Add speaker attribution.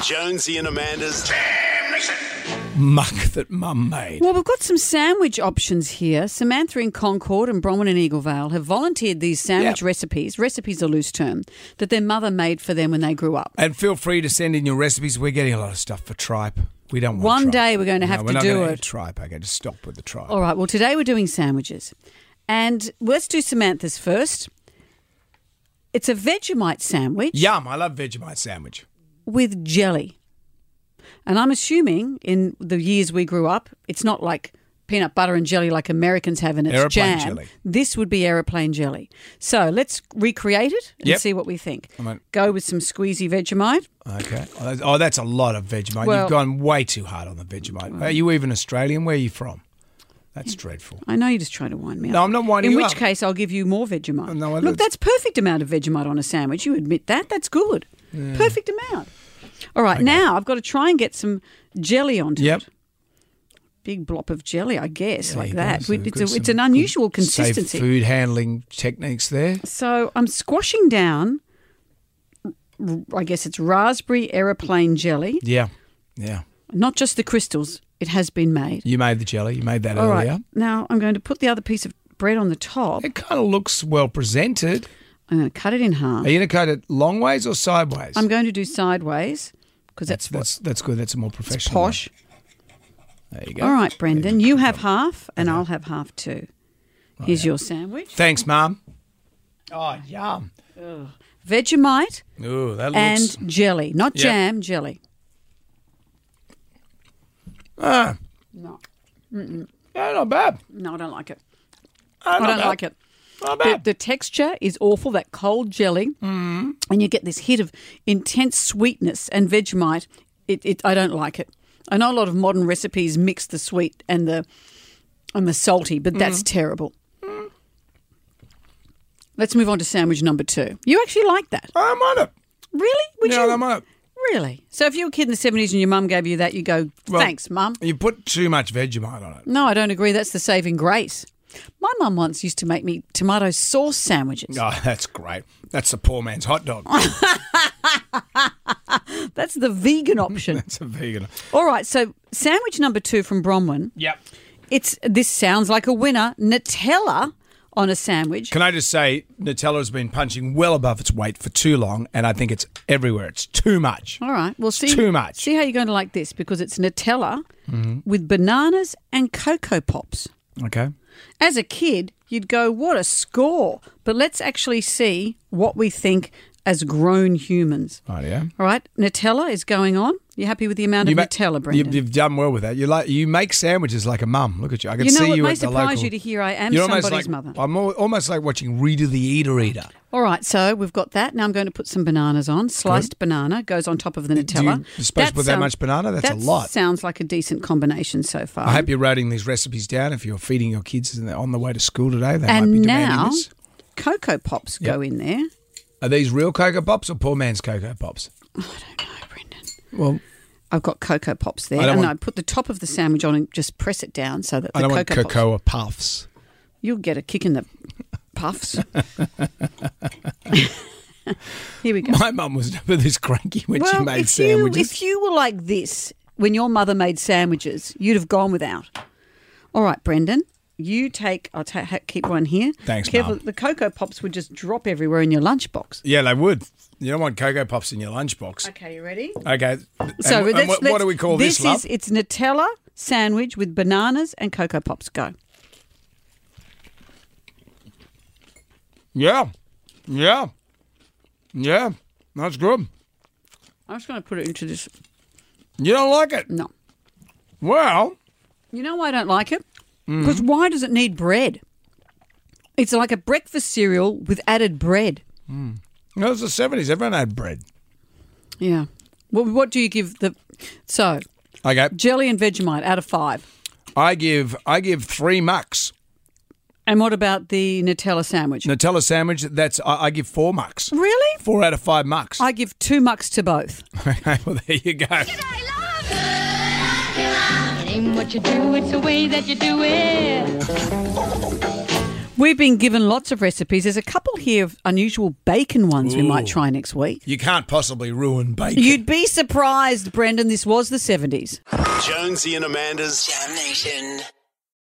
Speaker 1: Jonesy and Amanda's
Speaker 2: Muck that mum made.
Speaker 3: Well, we've got some sandwich options here. Samantha in Concord and Bronwyn in Eagle Vale have volunteered these sandwich
Speaker 2: Yep.
Speaker 3: recipes. Recipes a loose term that their mother made for them when they grew up.
Speaker 2: And feel free to send in your recipes. We're getting a lot of stuff for tripe. We don't want
Speaker 3: One
Speaker 2: tripe.
Speaker 3: day we're going to have
Speaker 2: no,
Speaker 3: to
Speaker 2: we're not
Speaker 3: do
Speaker 2: gonna
Speaker 3: it.
Speaker 2: eat tripe. Okay, just stop with the tripe.
Speaker 3: All right. Well, today we're doing sandwiches, and let's do Samantha's first. It's a Vegemite sandwich
Speaker 2: Yum! I love Vegemite sandwich.
Speaker 3: with jelly, and I'm assuming in the years we grew up, it's not like peanut butter and jelly like Americans have in its
Speaker 2: Aeroplane
Speaker 3: jam.
Speaker 2: jelly.
Speaker 3: This would be aeroplane jelly. So let's recreate it and
Speaker 2: Yep.
Speaker 3: see what we think.
Speaker 2: I'm in.
Speaker 3: Go with some squeezy Vegemite.
Speaker 2: Okay. Oh, that's, oh, that's a lot of Vegemite.
Speaker 3: Well-
Speaker 2: You've gone way too hard on the Vegemite. Are you even Australian? Where are you from? That's dreadful.
Speaker 3: I know you're just trying to wind me up.
Speaker 2: No, I'm not winding
Speaker 3: In
Speaker 2: you
Speaker 3: which
Speaker 2: up.
Speaker 3: case, I'll give you more Vegemite.
Speaker 2: No, I-
Speaker 3: Look, that's perfect amount of Vegemite on a sandwich. You admit that? That's good. Perfect amount. All right, now I've got to try and get some jelly onto
Speaker 2: Yep.
Speaker 3: it. Big blob of jelly, I guess, like
Speaker 2: you
Speaker 3: that.
Speaker 2: guys
Speaker 3: We-
Speaker 2: have
Speaker 3: It's,
Speaker 2: got
Speaker 3: a, it's
Speaker 2: some
Speaker 3: an unusual
Speaker 2: good, safe
Speaker 3: consistency.
Speaker 2: food handling techniques there.
Speaker 3: So I'm squashing down. r- I guess it's raspberry aeroplane jelly,
Speaker 2: Yeah. Yeah.
Speaker 3: not just the crystals. It has been made.
Speaker 2: You made the jelly. You made that
Speaker 3: All right.
Speaker 2: earlier.
Speaker 3: Now I'm going to put the other piece of bread on the top.
Speaker 2: It kind of looks well presented.
Speaker 3: I'm going to cut it in half.
Speaker 2: Are you going to cut it long ways or sideways?
Speaker 3: I'm going to do sideways because that's,
Speaker 2: that's that's that's good. That's a more professional. one.
Speaker 3: posh.
Speaker 2: There you go.
Speaker 3: All right, Brendan, you have half and I'll have half too.
Speaker 2: Oh,
Speaker 3: Here's your sandwich.
Speaker 2: Thanks, Mum. Oh, yum.
Speaker 3: Vegemite
Speaker 2: Ooh, that looks.
Speaker 3: and jelly. Not
Speaker 2: Yeah.
Speaker 3: jam, jelly.
Speaker 2: Ah,
Speaker 3: No,
Speaker 2: yeah, not bad.
Speaker 3: no, I don't like it.
Speaker 2: Ah,
Speaker 3: I
Speaker 2: not
Speaker 3: don't
Speaker 2: bad.
Speaker 3: like it.
Speaker 2: Not
Speaker 3: The,
Speaker 2: bad.
Speaker 3: the texture is awful, that cold jelly. Mm. And you get this hit of intense sweetness and Vegemite. It, it, I don't like it. I know a lot of modern recipes mix the sweet and the and the salty, but that's terrible. Let's move on to sandwich number two. You actually like that.
Speaker 2: I'm on it.
Speaker 3: Really? Would
Speaker 2: yeah,
Speaker 3: you?
Speaker 2: I'm on it.
Speaker 3: Really? So if you were a kid in the seventies and your mum gave you that, you go,
Speaker 2: Well-
Speaker 3: "Thanks, mum."
Speaker 2: You put too much Vegemite on it.
Speaker 3: No, I don't agree. That's the saving grace. My mum once used to make me tomato sauce sandwiches.
Speaker 2: Oh, that's great. That's the poor man's hot dog.
Speaker 3: That's the vegan option.
Speaker 2: It's a vegan.
Speaker 3: All right. So sandwich number two from Bromwyn.
Speaker 2: Yep.
Speaker 3: It's this sounds like a winner. Nutella on a sandwich.
Speaker 2: Can I just say, Nutella has been punching well above its weight for too long, and I think it's everywhere. It's too much.
Speaker 3: All right. Well, see
Speaker 2: too much. Mm-hmm.
Speaker 3: See how you're going to like this because it's Nutella with bananas and cocoa pops.
Speaker 2: Okay.
Speaker 3: As a kid, you'd go, what a score. But let's actually see what we think as grown humans.
Speaker 2: Right, yeah.
Speaker 3: All right, Nutella is going on. You happy with the amount of
Speaker 2: ma-
Speaker 3: Nutella,
Speaker 2: you,
Speaker 3: Brendan?
Speaker 2: you've done well with that. You like you make sandwiches like a mum. Look at you. I can
Speaker 3: You know
Speaker 2: see
Speaker 3: what?
Speaker 2: you
Speaker 3: May
Speaker 2: at the
Speaker 3: surprise
Speaker 2: local.
Speaker 3: you to hear I am
Speaker 2: You're almost
Speaker 3: somebody's
Speaker 2: like-
Speaker 3: mother.
Speaker 2: I'm al- almost like watching Rita the Eater Eater.
Speaker 3: All right, so we've got that. Now I'm going to put some bananas on. Sliced banana goes on top of the
Speaker 2: Do
Speaker 3: Nutella.
Speaker 2: you supposed to put that
Speaker 3: sound-
Speaker 2: much banana? That's
Speaker 3: that
Speaker 2: a lot.
Speaker 3: Sounds like a decent combination so far.
Speaker 2: I hope you're writing these recipes down. If you're feeding your kids and they're on the way to school today, they might
Speaker 3: and
Speaker 2: be demanding
Speaker 3: now,
Speaker 2: this.
Speaker 3: cocoa pops go in there.
Speaker 2: Are these real cocoa pops or poor man's cocoa pops?
Speaker 3: No, Brendan.
Speaker 2: Well,
Speaker 3: I've got cocoa pops there,
Speaker 2: I don't
Speaker 3: and
Speaker 2: want-
Speaker 3: I put the top of the sandwich on and just press it down so that the
Speaker 2: I don't
Speaker 3: cocoa,
Speaker 2: want
Speaker 3: pops-
Speaker 2: cocoa puffs.
Speaker 3: You'll get a kick in the puffs. Here we go.
Speaker 2: My mum was never this cranky when she
Speaker 3: well,
Speaker 2: made
Speaker 3: if you
Speaker 2: sandwiches.
Speaker 3: if you were like this when your mother made sandwiches, you'd have gone without. All right, Brendan, you take. I'll ta- ha- keep one here.
Speaker 2: Thanks,
Speaker 3: Careful,
Speaker 2: Mum.
Speaker 3: the cocoa pops would just drop everywhere in your lunchbox.
Speaker 2: yeah, they would. You don't want cocoa puffs in your lunchbox.
Speaker 3: Okay, you ready?
Speaker 2: Okay.
Speaker 3: So
Speaker 2: and, and
Speaker 3: let's,
Speaker 2: what, what
Speaker 3: let's-
Speaker 2: do we call this,
Speaker 3: this?
Speaker 2: love?
Speaker 3: is it's Nutella sandwich with bananas and cocoa pops. Go.
Speaker 2: Yeah. Yeah. Yeah. That's good.
Speaker 3: I'm just going to put it into this.
Speaker 2: You don't like it?
Speaker 3: No.
Speaker 2: Well,
Speaker 3: You know why I don't like it?
Speaker 2: Mm.
Speaker 3: Because why does it need bread? It's like a breakfast cereal with added bread.
Speaker 2: it was the 70s. Everyone had bread.
Speaker 3: Yeah. What, what do you give the. So,
Speaker 2: Okay.
Speaker 3: jelly and Vegemite out of five.
Speaker 2: I give I give three mucks.
Speaker 3: And what about the Nutella sandwich?
Speaker 2: Nutella sandwich, that's I, I give four mucks.
Speaker 3: Really?
Speaker 2: Four out of five mucks.
Speaker 3: I give two mucks to both.
Speaker 2: okay, well there you go.
Speaker 4: It ain't what you do, it's the way that you do it.
Speaker 3: We've been given lots of recipes. There's a couple here of unusual bacon ones we might try next week.
Speaker 2: You can't possibly ruin bacon.
Speaker 3: You'd be surprised, Brendan. This was the 70s.
Speaker 1: Jonesy and Amanda's Damnation.